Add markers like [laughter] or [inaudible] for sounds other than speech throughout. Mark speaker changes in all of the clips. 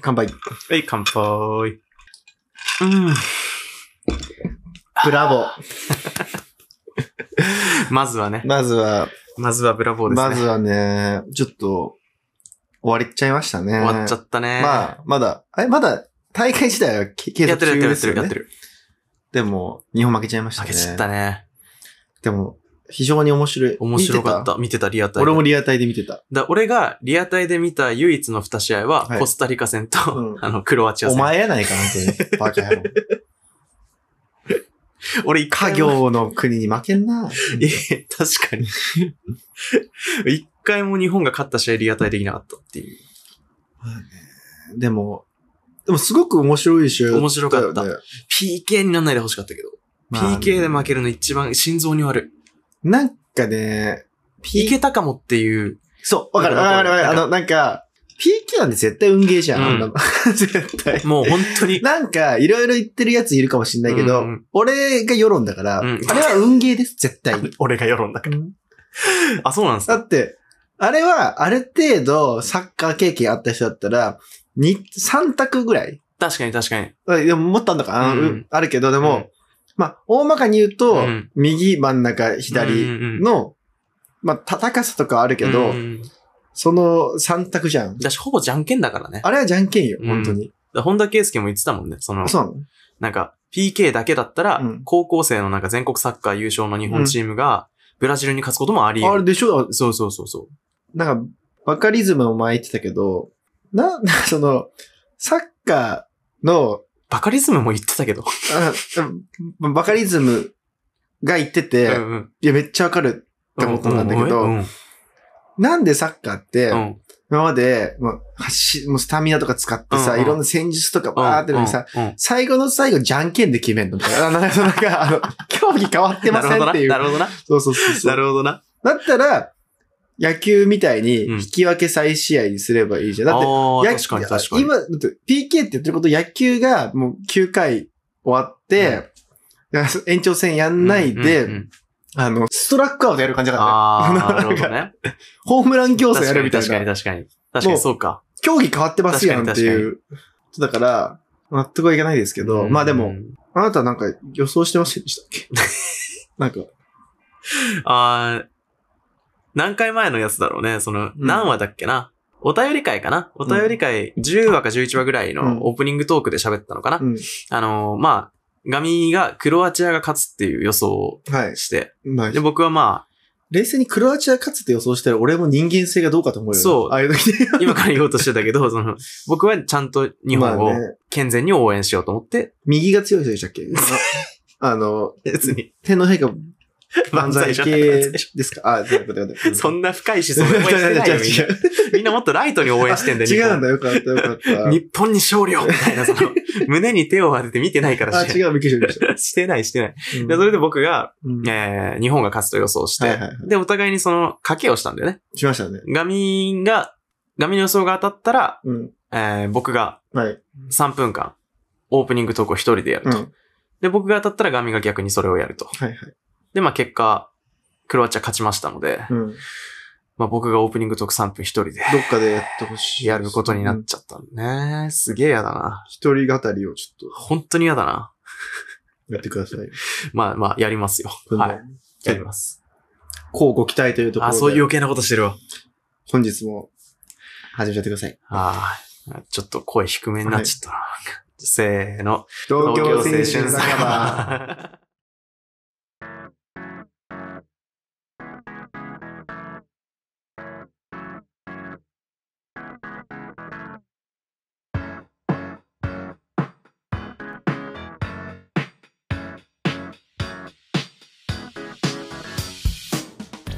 Speaker 1: 乾杯。
Speaker 2: はい、乾
Speaker 1: う
Speaker 2: 杯。
Speaker 1: ん。ブラボ
Speaker 2: まずはね
Speaker 1: ー。。まずは、
Speaker 2: まずはブラボーですね。
Speaker 1: まずはね、ちょっと、終わりちゃいましたね。
Speaker 2: 終わっちゃったね。
Speaker 1: まあ、まだ、え、まだ、大会自体はけ継
Speaker 2: やっ
Speaker 1: 続
Speaker 2: て
Speaker 1: 中
Speaker 2: るや
Speaker 1: で
Speaker 2: って
Speaker 1: す
Speaker 2: る
Speaker 1: よ、ね。
Speaker 2: やってる
Speaker 1: でも、日本負けちゃいました
Speaker 2: やってる。負
Speaker 1: ね。
Speaker 2: けちゃったね。
Speaker 1: でも、非常に面白い。
Speaker 2: 面白かっ
Speaker 1: 見て
Speaker 2: た。見てた、リアタイで。
Speaker 1: 俺もリアタイで見てた。
Speaker 2: だ俺がリアタイで見た唯一の2試合は、
Speaker 1: はい
Speaker 2: コスタリカ戦と、
Speaker 1: うん
Speaker 2: あの、クロアチア
Speaker 1: お
Speaker 2: 戦。
Speaker 1: 前やないか、本当に。バカ野郎。
Speaker 2: [laughs] 俺一
Speaker 1: 家
Speaker 2: 回も、
Speaker 1: 業の国に負けんな。
Speaker 2: いや確かに。 [laughs] 一回も日本が勝った試合リアタイできなかったっていう。
Speaker 1: でも、でもすごく面白い試合
Speaker 2: 面白かった
Speaker 1: だよね
Speaker 2: PK になんないでほしかったけど。
Speaker 1: まあ
Speaker 2: PK で負けるの一番心臓に悪
Speaker 1: なんかね、
Speaker 2: い。い
Speaker 1: PK、
Speaker 2: けたかもっていう。
Speaker 1: そう、わかるわ
Speaker 2: わ
Speaker 1: か
Speaker 2: か
Speaker 1: る
Speaker 2: る
Speaker 1: わかる。あ
Speaker 2: わかる
Speaker 1: の、なんか、PK なんて絶対運ゲーじゃん、
Speaker 2: うん
Speaker 1: あんなの [laughs] 絶対。
Speaker 2: もう本
Speaker 1: [laughs]
Speaker 2: 当に。
Speaker 1: なんか、いろいろ言ってるやついるかもしんないけど、
Speaker 2: うんうん
Speaker 1: 俺が世論だから、
Speaker 2: うん
Speaker 1: あれは運ゲーです、絶対に。
Speaker 2: [laughs] 俺が世論だか
Speaker 1: うん
Speaker 2: ら。 [laughs] あ、そうなんです
Speaker 1: だ
Speaker 2: か
Speaker 1: って、あれは、ある程度、サッカー経験あった人だったら、に、3択ぐらい
Speaker 2: 確かに確かに。
Speaker 1: あでも、持ったんだか、あ
Speaker 2: うん
Speaker 1: うんあるけど、で
Speaker 2: で
Speaker 1: も、、まあ、大まかに言うと、
Speaker 2: うん
Speaker 1: 右、真ん中、左
Speaker 2: の
Speaker 1: の、まあ、叩かさとかはあるけど、その3択じゃん。
Speaker 2: だし、ほぼじゃんけんだからね。だか
Speaker 1: あれはじゃんけんよ、
Speaker 2: うん
Speaker 1: 本当に。
Speaker 2: ら本田圭佑も言ってたもんね。その
Speaker 1: あ、そうなの
Speaker 2: なんか、PK だけだったら、
Speaker 1: うん
Speaker 2: 高校生のなんか全国サッカー優勝の日本チームが、ブラジルに勝つこともあり
Speaker 1: あ
Speaker 2: 得
Speaker 1: れ
Speaker 2: る。
Speaker 1: でしょ
Speaker 2: そうそうそうそう。
Speaker 1: なんか、バカリズムも前言ってたけど、な、 [laughs] な、その、サッカーの、
Speaker 2: バカリズムも言ってたけど。
Speaker 1: あうんバカリズムが言ってて、
Speaker 2: うんうん
Speaker 1: いや、めっちゃわかる。ってことなんだけど
Speaker 2: うんうん
Speaker 1: なんでサッカーって、
Speaker 2: うん
Speaker 1: 今まで、もう、走もうスタミナとか使ってさ、
Speaker 2: うんうん
Speaker 1: いろんな戦術とかバーってのにさ、
Speaker 2: うんうん
Speaker 1: 最後の最後、じゃんけんで決めんのみたいな。あなんか、なんかあ
Speaker 2: [laughs]
Speaker 1: の、競技変わってませんっていう。
Speaker 2: なるほどな。
Speaker 1: そうそうそうそ
Speaker 2: な
Speaker 1: う。
Speaker 2: るほどな。
Speaker 1: だったら、野球みたいに、
Speaker 2: うん
Speaker 1: 引き分け再試合にすればいいじゃん。だって、
Speaker 2: だ
Speaker 1: 野
Speaker 2: 確かに確かに。
Speaker 1: 今、だって PK って言ってること、野球がもう9回終わって、だから延長戦やんないで、
Speaker 2: うんうんうん
Speaker 1: あの、ストラックアウトやる感じだから
Speaker 2: あ
Speaker 1: ね。
Speaker 2: あ、な
Speaker 1: [laughs] なん
Speaker 2: る
Speaker 1: か
Speaker 2: ほどね。
Speaker 1: ホームラン競争や
Speaker 2: 確か
Speaker 1: る
Speaker 2: に
Speaker 1: みたい
Speaker 2: 確か
Speaker 1: な
Speaker 2: に。確かに。確かにそうか。
Speaker 1: 競技変わってますやんっていう。だから、納得はいかないですけど、まあで
Speaker 2: う
Speaker 1: も、
Speaker 2: ん。
Speaker 1: あなたなんか予想してませんでしたっ
Speaker 2: [laughs]
Speaker 1: けなんか、
Speaker 2: あー何回前のやつだろうね。その、
Speaker 1: うん
Speaker 2: 何話だっけな。お便り会かなお便り会、10話か11話ぐらい
Speaker 1: うん
Speaker 2: のオープニングトークで喋ったのかな、
Speaker 1: うん。
Speaker 2: あのーまあ、ガミがクロアチアが勝つっていう予想を
Speaker 1: はい。
Speaker 2: して、
Speaker 1: まあ
Speaker 2: で、、僕はま
Speaker 1: 冷静にクロアチア勝つって予想したら俺も人間性がどうかと思うよね。
Speaker 2: そう
Speaker 1: ああいう時に。
Speaker 2: あ、今から言おうとして
Speaker 1: [laughs]
Speaker 2: たけど、その、僕はちゃんと日
Speaker 1: ま
Speaker 2: 本を
Speaker 1: あね
Speaker 2: 健全に応援しようと思って、
Speaker 1: 右が強い人でしたっけ [laughs] あの、
Speaker 2: 別に、
Speaker 1: 天皇陛下万歳
Speaker 2: じゃ
Speaker 1: 系
Speaker 2: なかったですね
Speaker 1: ですかあ、そういうことだ。
Speaker 2: [laughs] そ
Speaker 1: な、
Speaker 2: んな深い思想で応援して
Speaker 1: [laughs]
Speaker 2: ないよ、みんな。みんなもっとライトに応援してんだよ、
Speaker 1: 違う。違うん
Speaker 2: だ。
Speaker 1: だ、よかった、よかった。
Speaker 2: 日本に勝利をみたいな、その、胸に手を当てて見てないから
Speaker 1: あ、
Speaker 2: し
Speaker 1: 違う、びっくりしたびっくりした。
Speaker 2: [laughs] してない、してない。
Speaker 1: うん
Speaker 2: で、それで僕が、
Speaker 1: うん
Speaker 2: えー、日本が勝つと予想して、
Speaker 1: はいはいはい
Speaker 2: で、お互いにその、賭けをしたんだよね。
Speaker 1: しましたね。
Speaker 2: ガミが、ガミの予想が当たったら、
Speaker 1: うん。
Speaker 2: えー、僕が
Speaker 1: はい。
Speaker 2: 3分間、オープニングトークを一人でや
Speaker 1: う
Speaker 2: る
Speaker 1: ん。
Speaker 2: と。
Speaker 1: はい
Speaker 2: で、僕が当たったらガミが逆にそれをやると。
Speaker 1: はい。
Speaker 2: で、まあ結果、クロアチア勝ちましたので、
Speaker 1: うん。ど
Speaker 2: まあ僕がオープニングトーク3分一人で
Speaker 1: っかでやってほしい。
Speaker 2: やることにな
Speaker 1: う
Speaker 2: っ
Speaker 1: ん
Speaker 2: ちゃったんだね。すげえ嫌だな。
Speaker 1: 一人語りをちょっ
Speaker 2: 本当に嫌だな。
Speaker 1: とやってください。
Speaker 2: まあまあ、やりますよ。
Speaker 1: 今
Speaker 2: は
Speaker 1: 度
Speaker 2: い。やります。
Speaker 1: こうご期待というところ
Speaker 2: あ、
Speaker 1: で。
Speaker 2: そういう余計なことしてるわ。
Speaker 1: 本日も始めちゃってください。
Speaker 2: ああ、ちょっと声低めになっちゃったな。せーの。
Speaker 1: 東京青春
Speaker 2: 東京
Speaker 1: 酒場。
Speaker 2: 場。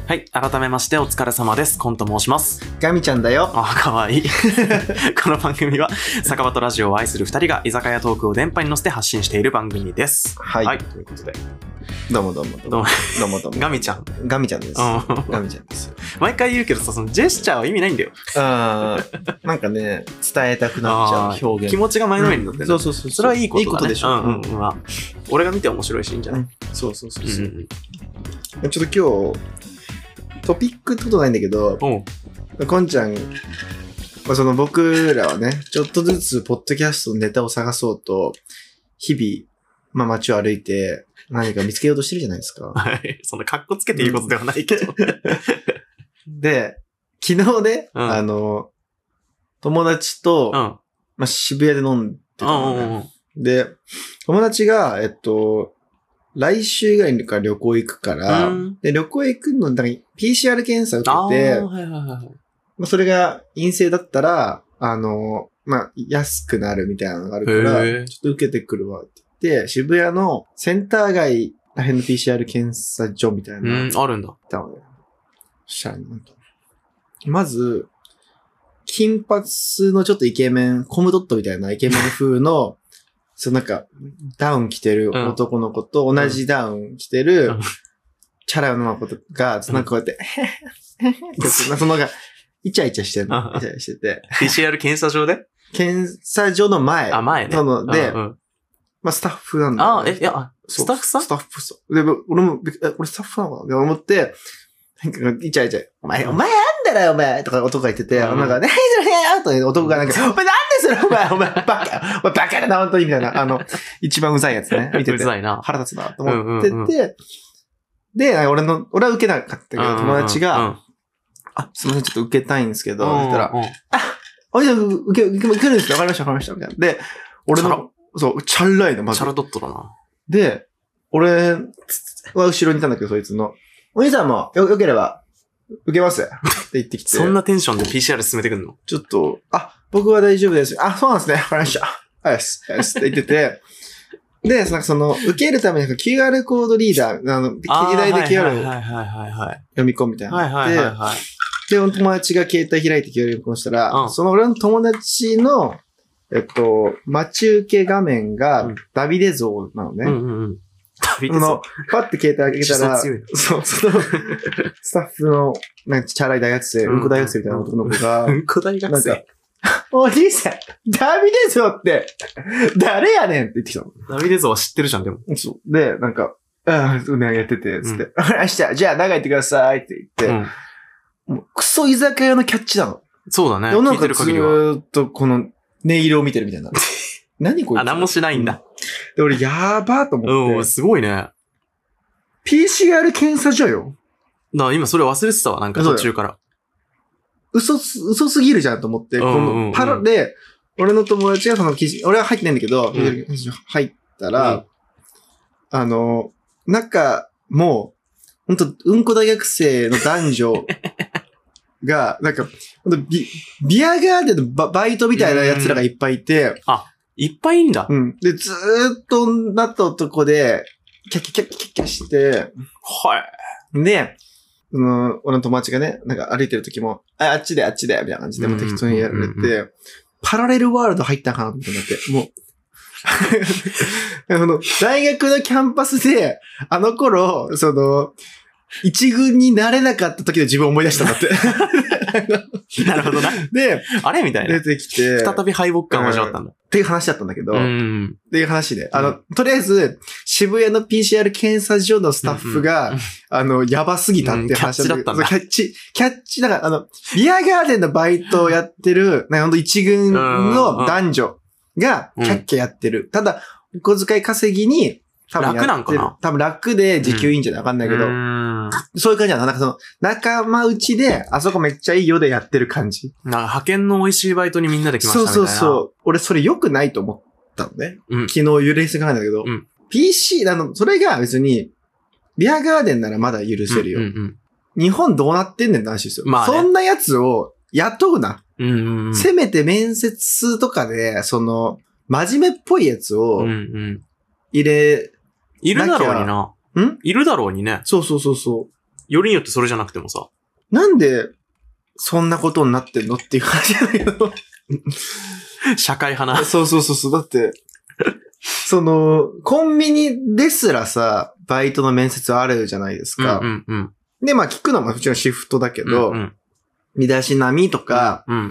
Speaker 2: はい。改めまして、お疲れ様です。コンと申します。
Speaker 1: ガミちゃんだよ。
Speaker 2: あ、かわいい。 [laughs] この番組は、酒場とラジオを愛する二人が居酒屋トークを電波に乗せて発信している番組です。
Speaker 1: はい
Speaker 2: ということで、
Speaker 1: どうもどうもどう
Speaker 2: どう
Speaker 1: も
Speaker 2: も。
Speaker 1: どうもどうも。
Speaker 2: ガミちゃん。
Speaker 1: ガミちゃんです。
Speaker 2: うん
Speaker 1: ガミちゃんですよ。
Speaker 2: 毎回言うけどさ、そのジェスチャーは意味ないんだよ。
Speaker 1: あーなんかね、伝えたくなっ
Speaker 2: あ
Speaker 1: ちゃ
Speaker 2: ー
Speaker 1: う表現。
Speaker 2: 気持ちが前のめりになってる、
Speaker 1: そうそうそう。
Speaker 2: それはいいことだ、ね。
Speaker 1: いいことでしょ。
Speaker 2: うんうんうんまあ。俺が見て面白いし、いいんじゃない、
Speaker 1: そうそうそう
Speaker 2: うんう
Speaker 1: そう。
Speaker 2: ん
Speaker 1: ちょっと今日、トピックってことないんだけど、
Speaker 2: うん、
Speaker 1: こんちゃんまあ、その僕らはね、ちょっとずつポッドキャストのネタを探そうと、日々、まあ街を歩いて何か見つけようとしてるじゃないですか。
Speaker 2: はい。そんな格好つけて言うことではないけど。
Speaker 1: で、昨日ね、
Speaker 2: うん
Speaker 1: あの、友達と、
Speaker 2: うん。
Speaker 1: まあ渋谷で飲んでた
Speaker 2: う
Speaker 1: の
Speaker 2: ん
Speaker 1: ね、
Speaker 2: うんうん。
Speaker 1: で、友達が、えっと、来週ぐらいから旅行行くから、
Speaker 2: うん
Speaker 1: で、旅行行くの、なんか PCR 検査
Speaker 2: ああ、
Speaker 1: 受
Speaker 2: は
Speaker 1: けて、
Speaker 2: いはいはい。
Speaker 1: まあ、それが陰性だったら、あの、まあ、安くなるみたいなのがあるか
Speaker 2: へえ
Speaker 1: ら、ちょっと受けてくるわって言って、渋谷のセンター街ら辺の PCR 検査所みたいな
Speaker 2: う
Speaker 1: のがあっ
Speaker 2: ん、あるんだ。
Speaker 1: たのね。そしたら、なんと。まず、金髪のちょっとイケメン、コムドットみたいなイケメン風の、 [laughs] そのなんか、ダウン着てる男の子と同じダウン着てる
Speaker 2: うん、
Speaker 1: チャラ男の子が、なんか
Speaker 2: [laughs]
Speaker 1: こうやって、ってそのなんか、イチャイチャしてんの
Speaker 2: うん
Speaker 1: イチャイチャしてて。
Speaker 2: PCR 検査場で
Speaker 1: 検査所の前。
Speaker 2: あ、前ね。
Speaker 1: なので、
Speaker 2: うんうん
Speaker 1: まあスタッフなんだよ
Speaker 2: あ
Speaker 1: ね、
Speaker 2: え、いや、あ
Speaker 1: そう
Speaker 2: スタッフさん
Speaker 1: スタッフさん。で、俺も、え俺スタッフなのかなで思って、なんか、イチャイチャ、お前、お前なんだろ、お前とか男が言ってて、
Speaker 2: うん
Speaker 1: なんか、何それよとか言って男がなんか、お前なんでそれ、お前、お前、バカ、お前バカだな、本当に、みたいな、あの、一番うざいやつ
Speaker 2: [laughs]
Speaker 1: ね、見て
Speaker 2: う
Speaker 1: て、
Speaker 2: ざいな。
Speaker 1: 腹立つな、と思っ
Speaker 2: うんうん
Speaker 1: てて、で、なんか俺の、俺は受けなかったけど、友達
Speaker 2: うん
Speaker 1: が、
Speaker 2: うんうん、
Speaker 1: あ、すみません、ちょっと受けたいんですけど、
Speaker 2: うん
Speaker 1: 言ったら、
Speaker 2: うん
Speaker 1: あ、じゃあ、受け、受け、受けるんですかわかりました、わかりました、みたいな。で、俺
Speaker 2: チャラ
Speaker 1: の、そう、チャラいの、ま
Speaker 2: チ
Speaker 1: ず
Speaker 2: ャ。ラドットだな。
Speaker 1: で、俺は後ろにいたんだけど、そいつの。お兄さんも、よ、よければ、受けます。って言ってきて。
Speaker 2: そんなテンションで PCR 進めてくんの
Speaker 1: ちょっと、あ、僕は大丈夫です。あ、そうなんですね。わかりました。はいです、はいですって言ってて。で、なんかその、受けるためになんか QR コードリーダー、あの、携帯で QR
Speaker 2: はい
Speaker 1: を
Speaker 2: はいはいはいはい。
Speaker 1: 読み込むみたい
Speaker 2: はい
Speaker 1: なのがあっ
Speaker 2: は
Speaker 1: て。
Speaker 2: いはいはい。
Speaker 1: で、俺の友達が携帯開いて QR 読み込むしたら、
Speaker 2: うん
Speaker 1: その俺の友達の、えっと、待ち受け画面が
Speaker 2: うん
Speaker 1: ダビデ像なのね。
Speaker 2: うんうんうん。旅
Speaker 1: そ
Speaker 2: で
Speaker 1: の
Speaker 2: さ、、
Speaker 1: パッて携帯開けた
Speaker 2: 自
Speaker 1: ら、
Speaker 2: 殺強いな
Speaker 1: そう、その、スタッフの、なんか、チャラい大学生、
Speaker 2: うん
Speaker 1: うんこ大学生みたいな男の子が
Speaker 2: う、んこ大学
Speaker 1: なん
Speaker 2: 生。
Speaker 1: お兄さん、ダビデ像って、誰やねんって言ってきたの。
Speaker 2: 旅でぞは知ってるじゃん、でも。
Speaker 1: そう。で、なんか、ああ、うね、やってて、つっ
Speaker 2: う
Speaker 1: て、わかりました、じゃあ、長いってくださいって
Speaker 2: う
Speaker 1: 言って、
Speaker 2: ん。
Speaker 1: もうクソ居酒屋のキャッチなの。
Speaker 2: そうだね。
Speaker 1: 世の
Speaker 2: 聞い
Speaker 1: 中
Speaker 2: てる
Speaker 1: ず
Speaker 2: 限りは。
Speaker 1: ーっとこの音色を見てるみたいな。何こいつ
Speaker 2: あ、なんもしないんだ。
Speaker 1: で、俺、やーばーと
Speaker 2: う
Speaker 1: 思っ
Speaker 2: ん、
Speaker 1: て、
Speaker 2: すごいね。
Speaker 1: PCR 検査所よ。
Speaker 2: な、今それ忘れてたわ、なんか
Speaker 1: そう
Speaker 2: 途
Speaker 1: だよ
Speaker 2: 中から。
Speaker 1: 嘘す、嘘すぎるじゃんと思って、
Speaker 2: う
Speaker 1: こ
Speaker 2: んうんうん
Speaker 1: のパラで、俺の友達がその記事、俺は入ってないんだけど、
Speaker 2: ん
Speaker 1: 緑の記事入った
Speaker 2: うん
Speaker 1: ら、あの、中も、本当うんこ大学生の男女
Speaker 2: [laughs]
Speaker 1: が、なんか、ほんとビ、ビアガーデンのババイトみたいな奴らがいっぱいいて、
Speaker 2: いっぱいいんだ
Speaker 1: う。ん。で、ずーっと女と男で、キャッキャッキャッキャッキャッして、
Speaker 2: はい。 [laughs]
Speaker 1: で、その、俺の友達がね、なんか歩いてる時も、ああっちであっちで、みたいな感じで、もう適当にやられ
Speaker 2: うんうんうん
Speaker 1: て、パラレルワールド入ったんかなってなって、もう。 [laughs] あの、大学のキャンパスで、あの頃、その、一軍になれなかった時の自分を思い出したんだっ
Speaker 2: [laughs]
Speaker 1: て。
Speaker 2: なるほどな。
Speaker 1: で、
Speaker 2: あれみたいな
Speaker 1: 出。てきて、っ
Speaker 2: 再び敗北感を味わったんだ。
Speaker 1: ていう話だったんだけど、
Speaker 2: う
Speaker 1: っ
Speaker 2: ん。
Speaker 1: ていう話で、あの、とりあえず、渋谷の PCR 検査所のスタッフが、
Speaker 2: うんうん
Speaker 1: あの、やばすぎたっていう話
Speaker 2: うんキャッチだったんだ
Speaker 1: そうキャッチ、キャッチ、だから、あの、ビアガーデンのバイトをやってる、なんかほんと一軍の男女が、
Speaker 2: うん
Speaker 1: キャッキャやってる。ただ、お小遣い稼ぎに、多分やってる
Speaker 2: 楽なんかな
Speaker 1: 多分楽で時給いいんじゃないわかんないけど、
Speaker 2: うん
Speaker 1: そういう感じなの。なんかその、仲間内で、あそこめっちゃいいよでやってる感じ。
Speaker 2: なんか派遣の美味しいバイトにみんなで来ました
Speaker 1: そ
Speaker 2: み
Speaker 1: う
Speaker 2: たい
Speaker 1: そ
Speaker 2: な。
Speaker 1: うそう。俺それ良くないと思ったのね。
Speaker 2: うん
Speaker 1: 昨日揺れすぎなんだけど、
Speaker 2: うん
Speaker 1: PC、あの、それが別に、ビアガーデンならまだ許せるよ。
Speaker 2: うんうん
Speaker 1: 日本どうなってんねんって話ですよ。
Speaker 2: まあね
Speaker 1: そんなやつを雇うな。
Speaker 2: うん。うんうんうん
Speaker 1: せめて面接とかで、その、真面目っぽいやつ
Speaker 2: う
Speaker 1: を
Speaker 2: んうん。
Speaker 1: 入れ、
Speaker 2: いるだろうにな。
Speaker 1: ん
Speaker 2: いるだろうにね。
Speaker 1: そうそうそうそ
Speaker 2: よりによってそれじゃなくてもさ。
Speaker 1: う。なんで、そんなことになってんのっていう話だけ
Speaker 2: [laughs]
Speaker 1: ど。
Speaker 2: 社会派な。
Speaker 1: そうそうそうそう。だって、その、コンビニですらさ、バイトの面接あるじゃないですか。
Speaker 2: うんうんうん。
Speaker 1: で、まあ聞くのももちろんシフトだけど、
Speaker 2: うんうん
Speaker 1: 身だしなみとか、
Speaker 2: うん。っ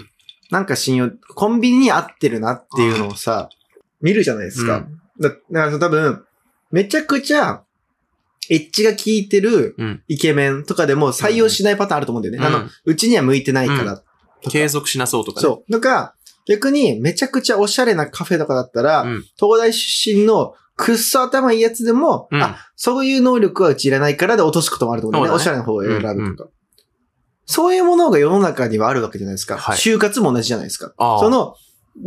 Speaker 1: なんか信用、コンビニに合ってるなっていうのをさ、見るじゃないですか。だだからさ多分、めちゃくちゃ、エッジが効いてる
Speaker 2: うん
Speaker 1: イケメンとかでも採用しないパターンあると思うんだよね。あの、うちには向いてないからっとか
Speaker 2: 継続しなそうとかね。
Speaker 1: そう。とか、逆にめちゃくちゃおしゃれなカフェとかだったら、
Speaker 2: うん
Speaker 1: 東大出身のくっそ頭いいやつでも、
Speaker 2: うん
Speaker 1: あ、そういう能力はうちいらないからで落とすこともあると思うんだよね。おし
Speaker 2: そ
Speaker 1: ゃれな方を選ぶとか。
Speaker 2: うんう
Speaker 1: そういうものが世の中にはあるわけじゃないですか。
Speaker 2: はい
Speaker 1: 就活も同じじゃないですか。
Speaker 2: ああ
Speaker 1: その、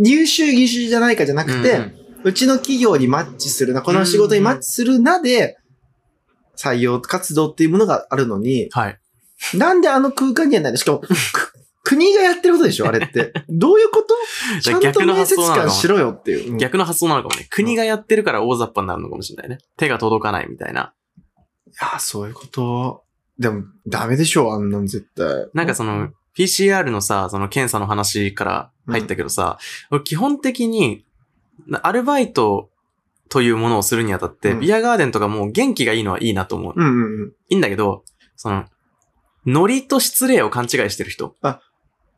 Speaker 1: 優秀優秀じゃないかじゃなくて、
Speaker 2: う
Speaker 1: うん
Speaker 2: うん
Speaker 1: ちの企業にマッチするな、この仕事にマッチするなで、採用活動っていうものがあるのに、
Speaker 2: はい。
Speaker 1: なんであの空間にはないのしかも、く国がやってることでしょあれって。どういうことち
Speaker 2: [laughs] じゃ
Speaker 1: ゃ
Speaker 2: あ
Speaker 1: んと
Speaker 2: 逆の
Speaker 1: 面接
Speaker 2: 発想なのか
Speaker 1: 官
Speaker 2: も
Speaker 1: しろよっていう。うん
Speaker 2: 逆の発想なのかもね。国がやってるから大雑把になるのかもしれないね。手が届かないみたいな。
Speaker 1: いや、そういうこと。でも、ダメでしょあんなん絶対。
Speaker 2: なんかその、PCR のさ、その検査の話から入ったけどさ、俺基本的に、なアルバイトというものをするにあたって、
Speaker 1: うん
Speaker 2: ビアガーデンとかもう元気がいいのはいいなと思う。
Speaker 1: うんうんうん。
Speaker 2: いいんだけど、その、ノリと失礼を勘違いしてる人、
Speaker 1: あ、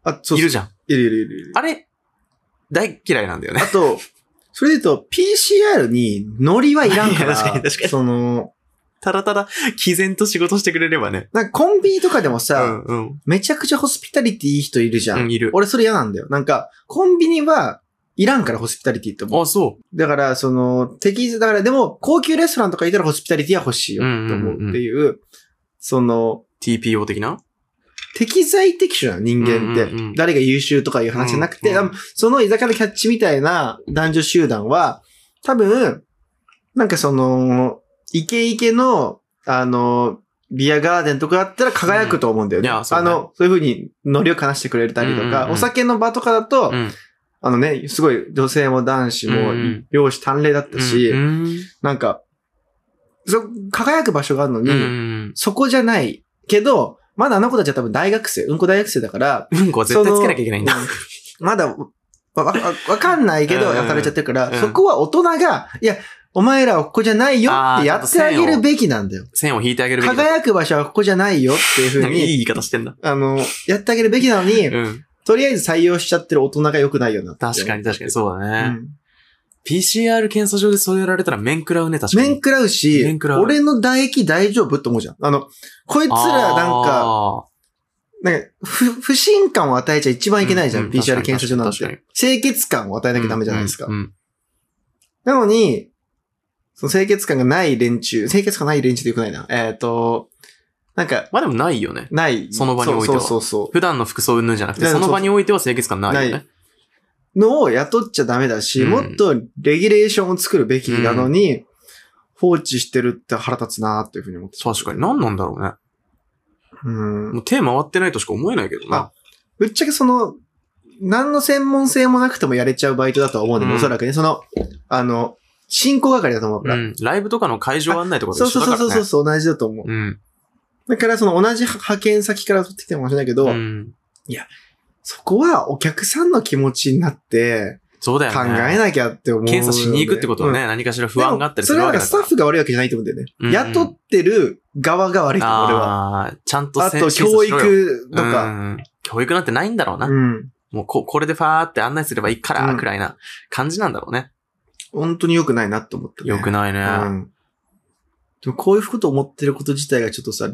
Speaker 1: そうそう
Speaker 2: いるじゃん。
Speaker 1: いるいるいるいる。
Speaker 2: あれ、大嫌いなんだよね
Speaker 1: あ。と、それで言うと、PCR にノリはいらんから、
Speaker 2: 確かに確かに
Speaker 1: その、
Speaker 2: ただただ、毅然と仕事してくれればね。
Speaker 1: なんかコンビニとかでも
Speaker 2: う
Speaker 1: さ、
Speaker 2: んうん。
Speaker 1: めちゃくちゃホスピタリティいい人いるじゃん。
Speaker 2: うん、いる。
Speaker 1: 俺それ嫌なんだよ。なんか、コンビニはいらんからホスピタリティって思う。
Speaker 2: あ、そ
Speaker 1: だから、その、適宜だからでも、高級レストランとかいたらホスピタリティは欲しいよって思うっていう、その、
Speaker 2: う。TPO 的な
Speaker 1: 適材適所なの人間って、
Speaker 2: うんうんうん
Speaker 1: 誰が優秀とかいう話じゃなくて、
Speaker 2: うんうん
Speaker 1: 多分その居酒屋のキャッチみたいな男女集団は、多分、なんかその、イケイケの、あの、ビアガーデンとかだったら輝くと思うんだよね。
Speaker 2: うんいやそう
Speaker 1: あ
Speaker 2: ね
Speaker 1: の、そういうふうにノリをかなしてくれたりとか、
Speaker 2: うんうんうん
Speaker 1: お酒の場とかだと、
Speaker 2: うん。
Speaker 1: あのね、すごい女性も男子も
Speaker 2: うんうん
Speaker 1: 容姿端麗だったし、
Speaker 2: うん
Speaker 1: なんか、そ、輝く場所があるのに、
Speaker 2: うんうん。
Speaker 1: そこじゃないけど、まだあの子たちは多分大学生、うんこ大学生だから、
Speaker 2: うんこは絶対つけなきゃいけないんだ。
Speaker 1: その。うんまだ、わ、わ、わかんないけど、
Speaker 2: うん
Speaker 1: やたれちゃってるから、
Speaker 2: うん
Speaker 1: そこは大人が、いや、お前らはここじゃないよってやってあげるべきなんだよ。
Speaker 2: 線を引いてあげるべきだ。
Speaker 1: 輝く場所はここじゃないよっていうふう
Speaker 2: なんかいい
Speaker 1: に、
Speaker 2: 言い方してんだ。
Speaker 1: あの、やってあげるべきなのに、
Speaker 2: うん。
Speaker 1: とりあえず採用しちゃってる大人が良くないよなって。
Speaker 2: 確かに確かに、そう
Speaker 1: う
Speaker 2: だね。
Speaker 1: ん
Speaker 2: PCR 検査場でそれやられたら面食らうね、確かに。
Speaker 1: 面食らうし
Speaker 2: 面食、らう
Speaker 1: 俺の唾液大丈夫って思うじゃん。あの、こいつらなんか、
Speaker 2: あ
Speaker 1: なんか不、不信感を与えちゃ一番いけないじゃん、
Speaker 2: うんうん
Speaker 1: PCR 検査所なん
Speaker 2: 確かに
Speaker 1: て。清潔感を与え
Speaker 2: ー、
Speaker 1: なきゃダメじゃないですか
Speaker 2: うん。うん
Speaker 1: なのに、その清潔感がない連中、清潔感ない連中でよくないな。えっ、と、なんか、
Speaker 2: まあでもないよね。
Speaker 1: ない。
Speaker 2: その場において
Speaker 1: そう
Speaker 2: は
Speaker 1: そうそうそ
Speaker 2: 普段の服装云々じゃなくて、
Speaker 1: いや
Speaker 2: その場においては清潔感ないよ
Speaker 1: な
Speaker 2: ね。
Speaker 1: う。のを雇っちゃダメだし、
Speaker 2: うん
Speaker 1: もっとレギュレーションを作るべきなのに、放置してるって腹立つなっていうふうに思って
Speaker 2: 確かに。何なんだろうね。
Speaker 1: う
Speaker 2: も
Speaker 1: ん。
Speaker 2: う手回ってないとしか思えないけどな。
Speaker 1: ぶっちゃけその、何の専門性もなくてもやれちゃうバイトだとは思うんで、
Speaker 2: うん
Speaker 1: おそらくね、その、あの、進行係だと思うから。
Speaker 2: うん。ライブとかの会場案内とかと
Speaker 1: そう
Speaker 2: 一
Speaker 1: そ
Speaker 2: 緒
Speaker 1: う
Speaker 2: だか
Speaker 1: そ
Speaker 2: らね。
Speaker 1: うそうそう、同じだと思う。
Speaker 2: うん。
Speaker 1: だからその同じ派遣先から取ってきてもかもしれないけど、
Speaker 2: うん。
Speaker 1: そこはお客さんの気持ちになって
Speaker 2: そうだよ
Speaker 1: 考
Speaker 2: ね。
Speaker 1: えなきゃって思う、
Speaker 2: 検査しに行くってことはね、
Speaker 1: うん。
Speaker 2: 何かしら不安があったりす
Speaker 1: で
Speaker 2: る
Speaker 1: も
Speaker 2: わ
Speaker 1: それは
Speaker 2: けだ
Speaker 1: スタ
Speaker 2: か
Speaker 1: ッフが悪いわけじゃないと思うんだよね。
Speaker 2: うんうん
Speaker 1: 雇ってる側が悪いと思
Speaker 2: ら。
Speaker 1: う、俺は。
Speaker 2: ああ、ちゃんと
Speaker 1: あ
Speaker 2: せ
Speaker 1: と、教育と。
Speaker 2: う
Speaker 1: か。
Speaker 2: ん教育なんてないんだろう
Speaker 1: う
Speaker 2: な。
Speaker 1: ん。
Speaker 2: もうこ、これでファーって案内すればいいか
Speaker 1: う
Speaker 2: ら、
Speaker 1: ん
Speaker 2: くらいな感じなんだろうね。
Speaker 1: 本当に良くないなと思った、ね。
Speaker 2: よくないね。
Speaker 1: うん。でもこういうことを思ってること自体がちょっとさ、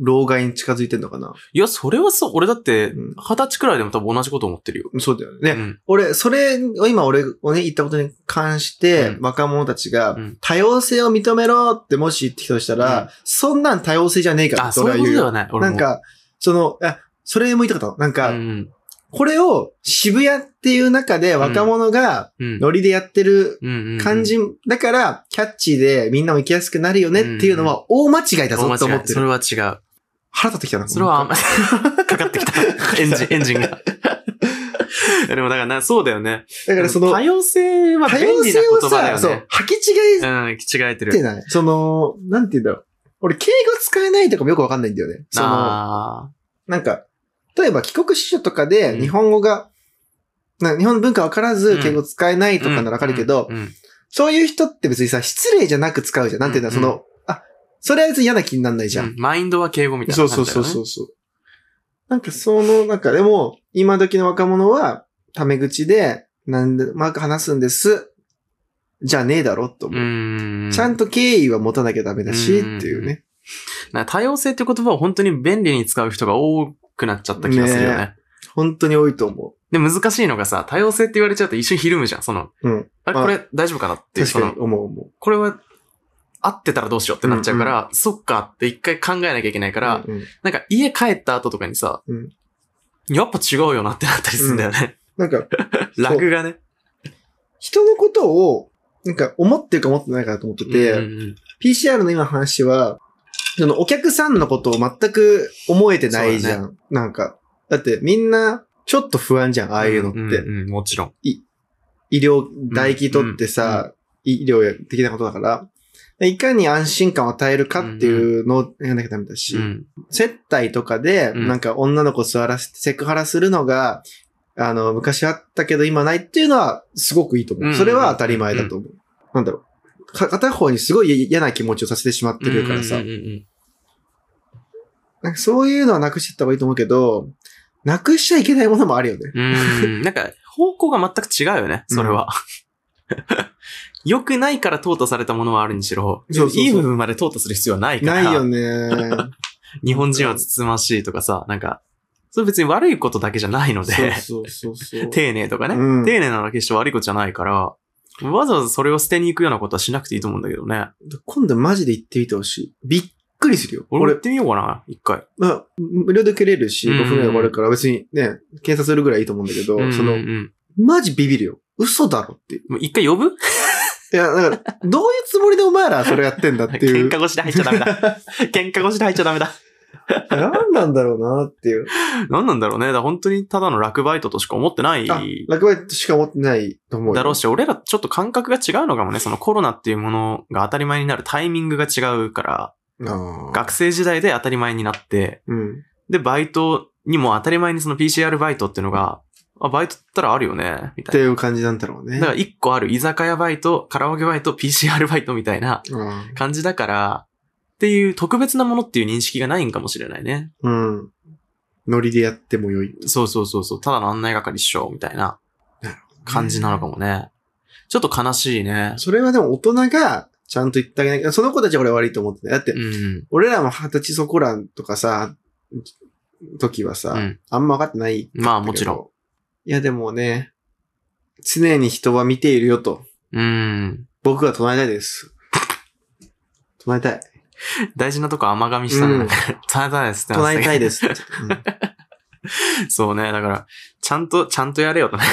Speaker 1: 老害に近づいてんのかな。
Speaker 2: いや、それはそう、俺だって、
Speaker 1: うん
Speaker 2: 二十歳くらいでも多分同じこと思ってるよ。
Speaker 1: そうだよね。
Speaker 2: うん
Speaker 1: 俺、それを今俺をね、言ったことに関して、
Speaker 2: うん
Speaker 1: 若者たちが
Speaker 2: うん、
Speaker 1: 多様性を認めろってもし言ってきたとしたら、
Speaker 2: うん
Speaker 1: そんなん多様性じゃねえからっ
Speaker 2: あ、
Speaker 1: て
Speaker 2: そう
Speaker 1: 俺は
Speaker 2: いうこ
Speaker 1: 言う
Speaker 2: とでは
Speaker 1: よ。
Speaker 2: ない。俺
Speaker 1: な
Speaker 2: も
Speaker 1: ん、か、その、あ、それも言いたかったの。なん
Speaker 2: う
Speaker 1: か、
Speaker 2: ん。
Speaker 1: これを渋谷っていう中で若者が
Speaker 2: うん。
Speaker 1: ノリでやってる
Speaker 2: うんうんうん
Speaker 1: 感じ、だから、キャッチーでみんなも行きやすくなるよねっていうのは大間違いだぞ
Speaker 2: 大
Speaker 1: って思
Speaker 2: 間違
Speaker 1: っ
Speaker 2: い。
Speaker 1: て
Speaker 2: それ
Speaker 1: る。
Speaker 2: は違う。
Speaker 1: 腹立ってきたな。
Speaker 2: それはあんま、 [laughs] かかってきた。エンジン、
Speaker 1: [laughs]
Speaker 2: エンジンが。でもだからな、そうだよね。
Speaker 1: だからその、
Speaker 2: 多様性は
Speaker 1: 多
Speaker 2: 便
Speaker 1: 様
Speaker 2: 利な
Speaker 1: 性
Speaker 2: 言
Speaker 1: を
Speaker 2: 葉だ
Speaker 1: さ、
Speaker 2: よ
Speaker 1: そう
Speaker 2: ね。、
Speaker 1: 履き違い
Speaker 2: うん、違えて
Speaker 1: っ
Speaker 2: る。
Speaker 1: てない。その、なんて言うんだろう。俺、敬語使えないとかもよくわかんないんだよね。その、
Speaker 2: あ
Speaker 1: なんか、例えば帰国子女とか
Speaker 2: う
Speaker 1: で
Speaker 2: ん
Speaker 1: 日本語が、な日本の文化わから
Speaker 2: う
Speaker 1: ず
Speaker 2: ん
Speaker 1: 敬語使えない
Speaker 2: ー
Speaker 1: とかならわかるけど、
Speaker 2: うんうん
Speaker 1: そういう人って別にさ、失礼じゃなく使うじゃん。なんて言うんだろう、
Speaker 2: うん
Speaker 1: その、あ、それは別に嫌な気になんないじゃん。
Speaker 2: うんマインドは敬語みたい
Speaker 1: そ
Speaker 2: な
Speaker 1: う
Speaker 2: 感
Speaker 1: そう
Speaker 2: じだ
Speaker 1: そう
Speaker 2: よね。
Speaker 1: そうそう。なんかその中でも、今時の若者は、タメ口で、なんで、うまく話すんです。じゃねえだろ、と思う。
Speaker 2: うん。
Speaker 1: ちゃんと敬意は持たなきゃダメだし、っていうね。
Speaker 2: な多様性って言葉を本当に便利に使う人が多くなっちゃった気がするよね。
Speaker 1: 本当に多いと思
Speaker 2: で、難しいのがさ、多様性って言われちゃうと一瞬ひるむじゃん。その、
Speaker 1: う。うん。
Speaker 2: あれ、
Speaker 1: まあ
Speaker 2: これ大丈夫かなっていう、
Speaker 1: 確
Speaker 2: そ
Speaker 1: か
Speaker 2: の
Speaker 1: に、思う思
Speaker 2: これは合ってたらどうしようってなっちゃうから、そっかって一回考えなきゃいけないか
Speaker 1: う。
Speaker 2: ら、
Speaker 1: うんうん
Speaker 2: なんか家帰った後とかにさ、
Speaker 1: うん
Speaker 2: やっぱ違うよなってなったりするんだよね。
Speaker 1: なんか、
Speaker 2: ラグがね。
Speaker 1: 人のことを、なんか、思ってるか思ってないかだと思ってて、
Speaker 2: うんうんうん
Speaker 1: PCR の今の話は、そのお客さんのことを全く思えてないじゃ
Speaker 2: そ
Speaker 1: ん。なんか。だってみんな、ちょっと不安じゃん、ああいうのって。
Speaker 2: んうんうんもちろん。
Speaker 1: 医療、唾液取ってさ、医療的なことだから、いかに安心感を与えるかっていうのをやんなきゃダメだし、
Speaker 2: うん
Speaker 1: 接待とかで、
Speaker 2: うん
Speaker 1: なんか女の子座らせてセクハラするのが、あの、昔あったけど今ないっていうのはすごくいいと思
Speaker 2: うん
Speaker 1: う。それは当たり前だと思う。なんだろう。か片方にすごい嫌な気持ちをさせてしまってるからさ、
Speaker 2: うんうんうん
Speaker 1: なんかそういうのはなくしてった方がいいと思うけど、なくしちゃいけないものもあるよね。
Speaker 2: うんうんなんか、方向が全く違うよね、それは。良くないから淘汰されたものはあるにしろ、
Speaker 1: そうそうそう
Speaker 2: いい部分まで淘汰する必要は [laughs] ないか
Speaker 1: な
Speaker 2: ら、
Speaker 1: いよね。
Speaker 2: 日本人はつつましいとかさ、なんか、それ別に悪いことだけじゃないので、
Speaker 1: そうそうそうそう。
Speaker 2: 丁寧とかね、
Speaker 1: うん
Speaker 2: 丁寧なのは決して悪いことじゃないから、わざわざそれを捨てに行くようなことはしなくていいと思うんだけどね。
Speaker 1: 今度マジで行ってみてほしい。びっくりするよ。
Speaker 2: 俺も
Speaker 1: 俺
Speaker 2: 行っ、てみようかな、一回。
Speaker 1: まあ、無料で受けれるし、
Speaker 2: うん
Speaker 1: 5分ぐらいで終わるから別にね、検査するぐらいいいと思うんだけど、その
Speaker 2: うんう、ん
Speaker 1: マジビビるよ。嘘だろっていう。
Speaker 2: うん一回呼ぶ
Speaker 1: いや、だ
Speaker 2: [laughs]
Speaker 1: から、どういうつもりでお前らそれやってんだってい
Speaker 2: 喧
Speaker 1: う。
Speaker 2: 嘩腰で入っちゃダメだ。
Speaker 1: [laughs]
Speaker 2: 喧嘩腰で入っちゃダメだ。
Speaker 1: 何なんだろうなっていう。
Speaker 2: 何なんだろうね。だから本当にただの落バイトとしか思ってない
Speaker 1: あ、落語しか思ってないと思うよ。
Speaker 2: だろうし、俺らちょっと感覚が違うのかもね。そのコロナっていうものが当たり前になるタイミングが違うから、
Speaker 1: あー
Speaker 2: 学生時代で当たり前になって、
Speaker 1: うん。
Speaker 2: で、バイトにも当たり前にその PCR バイトっていうのが、あ、バイトったらあるよね、み
Speaker 1: ったて
Speaker 2: い
Speaker 1: い
Speaker 2: な。
Speaker 1: う感じなんだろうね。
Speaker 2: だから一個ある居酒屋バイト、カラオケバイト、PCR バイトみたいな
Speaker 1: うん
Speaker 2: 感じだから、っていう特別なものっていう認識がないんかもしれないね。
Speaker 1: うん。ノリでやってもよい。
Speaker 2: そうそうそうそう、ただの案内係っしょ、みたいな感じなのか
Speaker 1: も。
Speaker 2: もね。ちょっと悲しいね。
Speaker 1: それはでも大人がちゃんと言ってあげなきゃ。その子たちは俺悪いと思ってない。だって
Speaker 2: う、ん。
Speaker 1: 俺らも二十歳そこらとかさ、時はさ、
Speaker 2: うん
Speaker 1: あんま分かってない。
Speaker 2: まあもちろん。。
Speaker 1: いやでもね、常に人は見ているよと。
Speaker 2: うん。
Speaker 1: 僕が唱えたいです。唱えたい。
Speaker 2: 大事なとこ甘噛みしたの
Speaker 1: う
Speaker 2: ね
Speaker 1: ん。
Speaker 2: 唱えたいですって。
Speaker 1: 唱えたいです
Speaker 2: [laughs]
Speaker 1: す。うん
Speaker 2: そうね。だから、ちゃんと、ちゃんとやれよと [laughs] ね。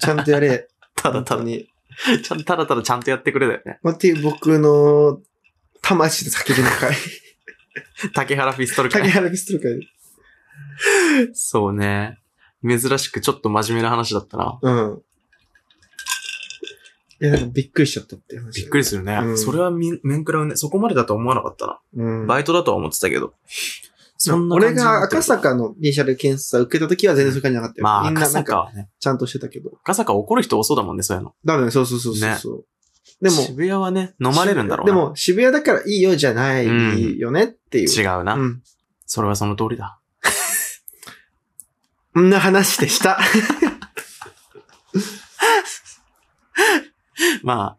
Speaker 1: ちゃんとやれ。
Speaker 2: ただた
Speaker 1: 本当、
Speaker 2: だ
Speaker 1: に。
Speaker 2: ちゃんただただちゃんとやってくれだよね。
Speaker 1: 待って、僕の魂で叫びの
Speaker 2: [laughs]
Speaker 1: 会。
Speaker 2: 竹原ピストル
Speaker 1: 竹
Speaker 2: 会。
Speaker 1: 原ピストル会。
Speaker 2: そうね。珍しくちょっと真面目な話だったな。
Speaker 1: うん。いや、なんかびっくりしちゃったって話。
Speaker 2: びっくりするね。
Speaker 1: うん
Speaker 2: それはみ、面食らうね。そこまでだとは思わなかったな。
Speaker 1: うん。
Speaker 2: バイトだとは思ってたけど。そんな感
Speaker 1: 俺
Speaker 2: じにな
Speaker 1: が
Speaker 2: ってる
Speaker 1: 赤坂の PCR 検査受けた時は全然そういう感じじゃなかったよ。
Speaker 2: まあ、
Speaker 1: みんな
Speaker 2: 赤
Speaker 1: なん
Speaker 2: 坂
Speaker 1: か
Speaker 2: はね。
Speaker 1: ちゃんとしてたけど。
Speaker 2: 赤坂怒る人多そうだもんね、そういうの。
Speaker 1: だよね、そうそうそうそうそう。でも、
Speaker 2: 渋谷はね、飲まれるんだろう
Speaker 1: で
Speaker 2: な。
Speaker 1: も、渋谷だからいいよじゃない
Speaker 2: うん
Speaker 1: よねっていう。
Speaker 2: 違うな、
Speaker 1: うん。
Speaker 2: それはその通りだ。
Speaker 1: こんな話で
Speaker 2: [laughs]
Speaker 1: した。
Speaker 2: まあ、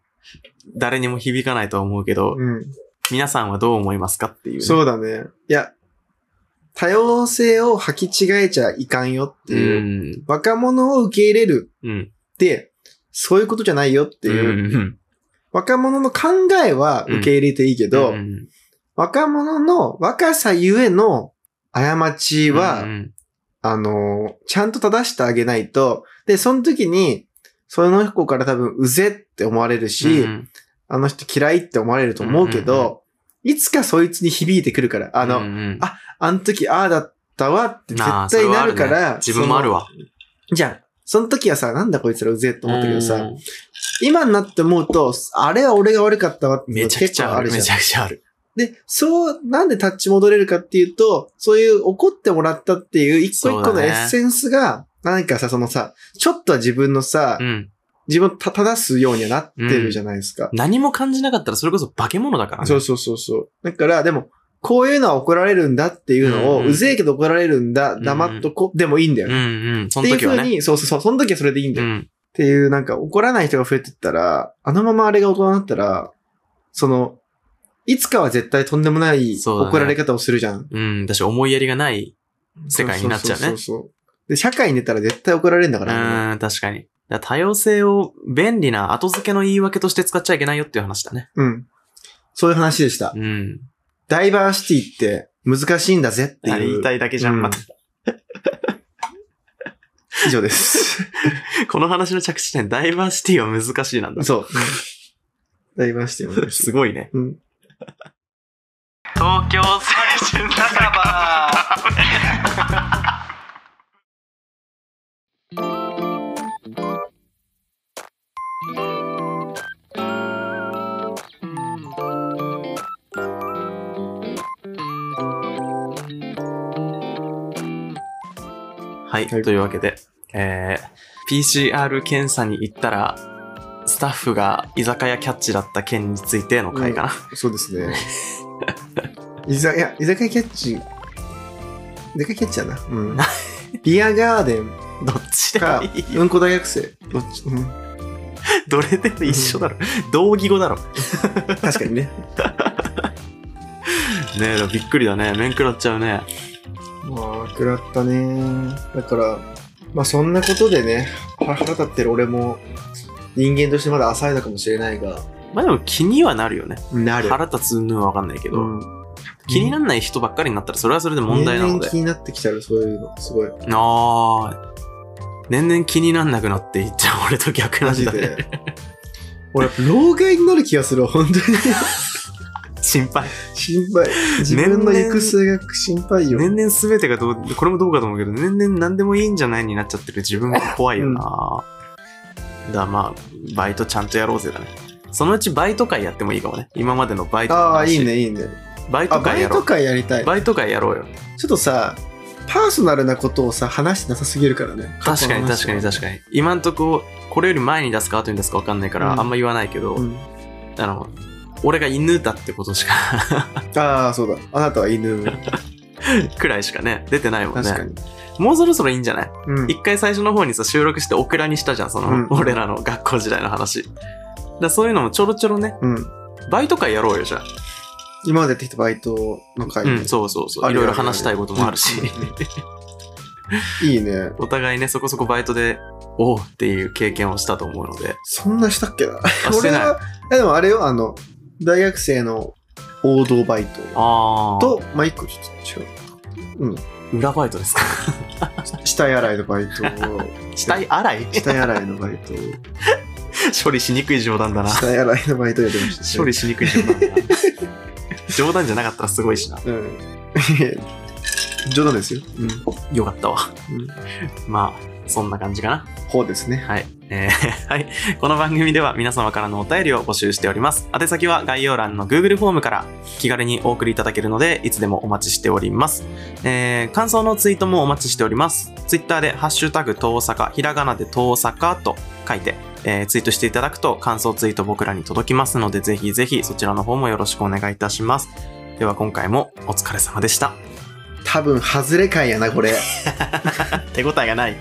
Speaker 2: 誰にも響かないとは思うけど、
Speaker 1: うん。
Speaker 2: 皆さんはどう思いますかっていうね、
Speaker 1: そうだね。いや、多様性を履き違えちゃいかんよって
Speaker 2: う
Speaker 1: いう。
Speaker 2: ん。
Speaker 1: 若者を受け入れる
Speaker 2: うん。
Speaker 1: って、そういうことじゃないよっていう。
Speaker 2: うん。
Speaker 1: 若者の考えは受け入れていいけど、
Speaker 2: うん
Speaker 1: 若者の若さゆえの過ちは、
Speaker 2: うん
Speaker 1: あのーちゃんと正してあげないと、で、その時に、その子から多分、うぜって思われるし、
Speaker 2: うん
Speaker 1: あの人嫌いって思われると思うけど、
Speaker 2: うんうん
Speaker 1: いつかそいつに響いてくるから、あの、
Speaker 2: うんうん
Speaker 1: ああの時ああだったわって絶
Speaker 2: あー
Speaker 1: 対なるか
Speaker 2: それはあ
Speaker 1: ら、
Speaker 2: ね自分もあるわ。
Speaker 1: その。じゃあ、その時はさ、なんだこいつらうぜって思ったけどさ、
Speaker 2: うん、
Speaker 1: 今になって思うと、あれは俺が悪かったわって
Speaker 2: めちゃくちゃある。め
Speaker 1: 結構
Speaker 2: ちゃくちゃある。
Speaker 1: で、そう、なんで立ち戻れるかっていうと、そういう怒ってもらったっていう一個一
Speaker 2: そ
Speaker 1: 個
Speaker 2: うだ
Speaker 1: の
Speaker 2: ね
Speaker 1: エッセンスが、なんかさ、そのさ、ちょっとは自分のさ、
Speaker 2: うん。
Speaker 1: 自分をた正すようにはなってるじゃないですか。
Speaker 2: 何も感じなかったらそれこそ化け物だからね。
Speaker 1: そうそうそうそう。だから、でも、こういうのは怒られるんだっていうのを、
Speaker 2: う
Speaker 1: うん
Speaker 2: うん
Speaker 1: ぜえけど怒られるんだ、黙っとこ、でもいいんだよ。
Speaker 2: うんうん。そ
Speaker 1: って
Speaker 2: の
Speaker 1: いう
Speaker 2: 時
Speaker 1: ふ
Speaker 2: は
Speaker 1: う
Speaker 2: ね。
Speaker 1: に、そうそうそう、その時はそれでいいんだ
Speaker 2: う
Speaker 1: よ。っ
Speaker 2: ん。
Speaker 1: ていう、なんか怒らない人が増えてったら、あのままあれが大人になったら、その、いつかは絶対とんでもない
Speaker 2: そうだね
Speaker 1: 怒られ方をするじゃん。
Speaker 2: うん。だし、思いやりがない世界になっちゃう
Speaker 1: そ
Speaker 2: ね
Speaker 1: うそうそうそうで、社会に出たら絶対怒られるんだ
Speaker 2: う
Speaker 1: から。
Speaker 2: ーん、確かに。だから多様性を便利な後付けの言い訳として使っちゃいけないよっていう話だね。
Speaker 1: うん。そういう話でした。
Speaker 2: うん。
Speaker 1: ダイバーシティって難しいんだぜって
Speaker 2: あれ
Speaker 1: い
Speaker 2: 言
Speaker 1: う
Speaker 2: い。たいだけじゃ、
Speaker 1: うんん
Speaker 2: また。
Speaker 1: 以上です。
Speaker 2: [laughs] この話の着地点、ダイバーシティは難し
Speaker 1: [laughs]
Speaker 2: いなんだ。
Speaker 1: そう。ダイバーシティもね
Speaker 2: すごいね。
Speaker 1: うん。
Speaker 2: 東京青春酒場はい、
Speaker 1: はい
Speaker 2: というわけで、えー PCR 検査に行ったら、スタッフが居酒屋キャッチだった件についての回かな。
Speaker 1: そうですね。居酒屋、居酒屋キャッチ。居酒屋キャッチやな。うん。ビアガーデン
Speaker 2: [laughs] どっちで
Speaker 1: か
Speaker 2: も [laughs] いいよ、
Speaker 1: うんこ大学生。どっち、うん
Speaker 2: どれでも一緒だろ。同義語だろ。
Speaker 1: 確かにね。
Speaker 2: ねえ、びっくりだね。面食らっちゃうね。
Speaker 1: まあ、食らったね。だから、まあそんなことでね、腹腹立ってる俺も、人間としてまだ浅いのかもしれないが、
Speaker 2: まあでも気にはなるよね。
Speaker 1: なる。
Speaker 2: 腹立つのはわかんないけど、
Speaker 1: うん
Speaker 2: 気にならない人ばっかりになったらそれはそれで問題なの
Speaker 1: 年々
Speaker 2: で
Speaker 1: 気。になってきちゃう、そういうの。すごい。
Speaker 2: ああ。年々気になんなくなっていっち [laughs] ゃう俺と逆な
Speaker 1: マ
Speaker 2: ん
Speaker 1: ジ
Speaker 2: だ
Speaker 1: で
Speaker 2: ね。。
Speaker 1: 俺、老害になる気がするわ、本当に。
Speaker 2: 心配。
Speaker 1: 心配。自分の行く数学心配よ。
Speaker 2: [laughs] 年々全てがどう、これもどうかと思うけど、年々何でもいいんじゃないになっちゃってる自分が怖いよな。だからまあ、バイトちゃんとやろうぜだね。そのうちバイト会やってもいいかもね。今までのバイトの話
Speaker 1: ああ、いいね、いいね。
Speaker 2: バイ
Speaker 1: あ、
Speaker 2: ト
Speaker 1: バ
Speaker 2: 会
Speaker 1: イ
Speaker 2: やろ
Speaker 1: ト
Speaker 2: う。
Speaker 1: 会やりたい。ちょ
Speaker 2: バイト会やろう
Speaker 1: っ
Speaker 2: よ。
Speaker 1: とさ、パーソナルなことをさ、話してなさすぎるからね。
Speaker 2: 確かに確かに確かに。今んとこ、これより前に出すか後に出すか分かんないから、
Speaker 1: うん
Speaker 2: あんま言わないけど、
Speaker 1: うん
Speaker 2: あの、俺が犬だってことしか、 [laughs]
Speaker 1: ああ、そうだ。あなたは犬。
Speaker 2: くらいしかね、出てないもん
Speaker 1: 確か
Speaker 2: ね。
Speaker 1: に。
Speaker 2: もうそろそろいいんじゃない
Speaker 1: うん。
Speaker 2: 一回最初の方にさ、収録してオクラにしたじゃん、その、
Speaker 1: うん
Speaker 2: 俺らの学校時代の話。だからそういうのもちょろちょろね、
Speaker 1: うん。
Speaker 2: バイト会やろうよ、じゃあ。
Speaker 1: 今までやってきたバイトの会、
Speaker 2: うん、そうそうそう。
Speaker 1: あ
Speaker 2: い
Speaker 1: るあ
Speaker 2: ろい
Speaker 1: る
Speaker 2: ろ話したいこともあるし、
Speaker 1: いいね。
Speaker 2: [laughs] お互いね、そこそこバイトで、おうっていう経験をしたと思うので。
Speaker 1: そんなしたっけ [laughs] な。
Speaker 2: あしてない。あ
Speaker 1: は、えでもあれよ、あの、大学生の王道バイト
Speaker 2: あー。
Speaker 1: と、まあ、一個ちょっと違う。うん。
Speaker 2: 裏バイト
Speaker 1: [laughs]
Speaker 2: ですか
Speaker 1: 死体洗いのバイト
Speaker 2: [laughs]
Speaker 1: を、
Speaker 2: 死体洗い
Speaker 1: 死体洗いのバイトを、
Speaker 2: 処理しにくい冗談だな。
Speaker 1: 死体洗いのバイトやってました、
Speaker 2: 処理しにくい冗談だな。冗談じゃなかったらすごいしな。
Speaker 1: うん。 [laughs] 冗談ですよ。うん。
Speaker 2: よかったわ。
Speaker 1: うん
Speaker 2: まあ、そんな感じかな。
Speaker 1: ほうですね。
Speaker 2: はい。えー [laughs] はい。この番組では皆様からのお便りを募集しております。宛先は概要欄の Google フォームから気軽にお送りいただけるので、いつでもお待ちしております。えー感想のツイートもお待ちしております。Twitter で、ハッシュタグ、遠坂、ひらがなで遠坂と書いて、えーツイートしていただくと感想ツイート僕らに届きますので、ぜひぜひそちらの方もよろしくお願いいたします。では今回もお疲れ様でした。
Speaker 1: 多分、外れ感やな、これ。
Speaker 2: 手応えがない。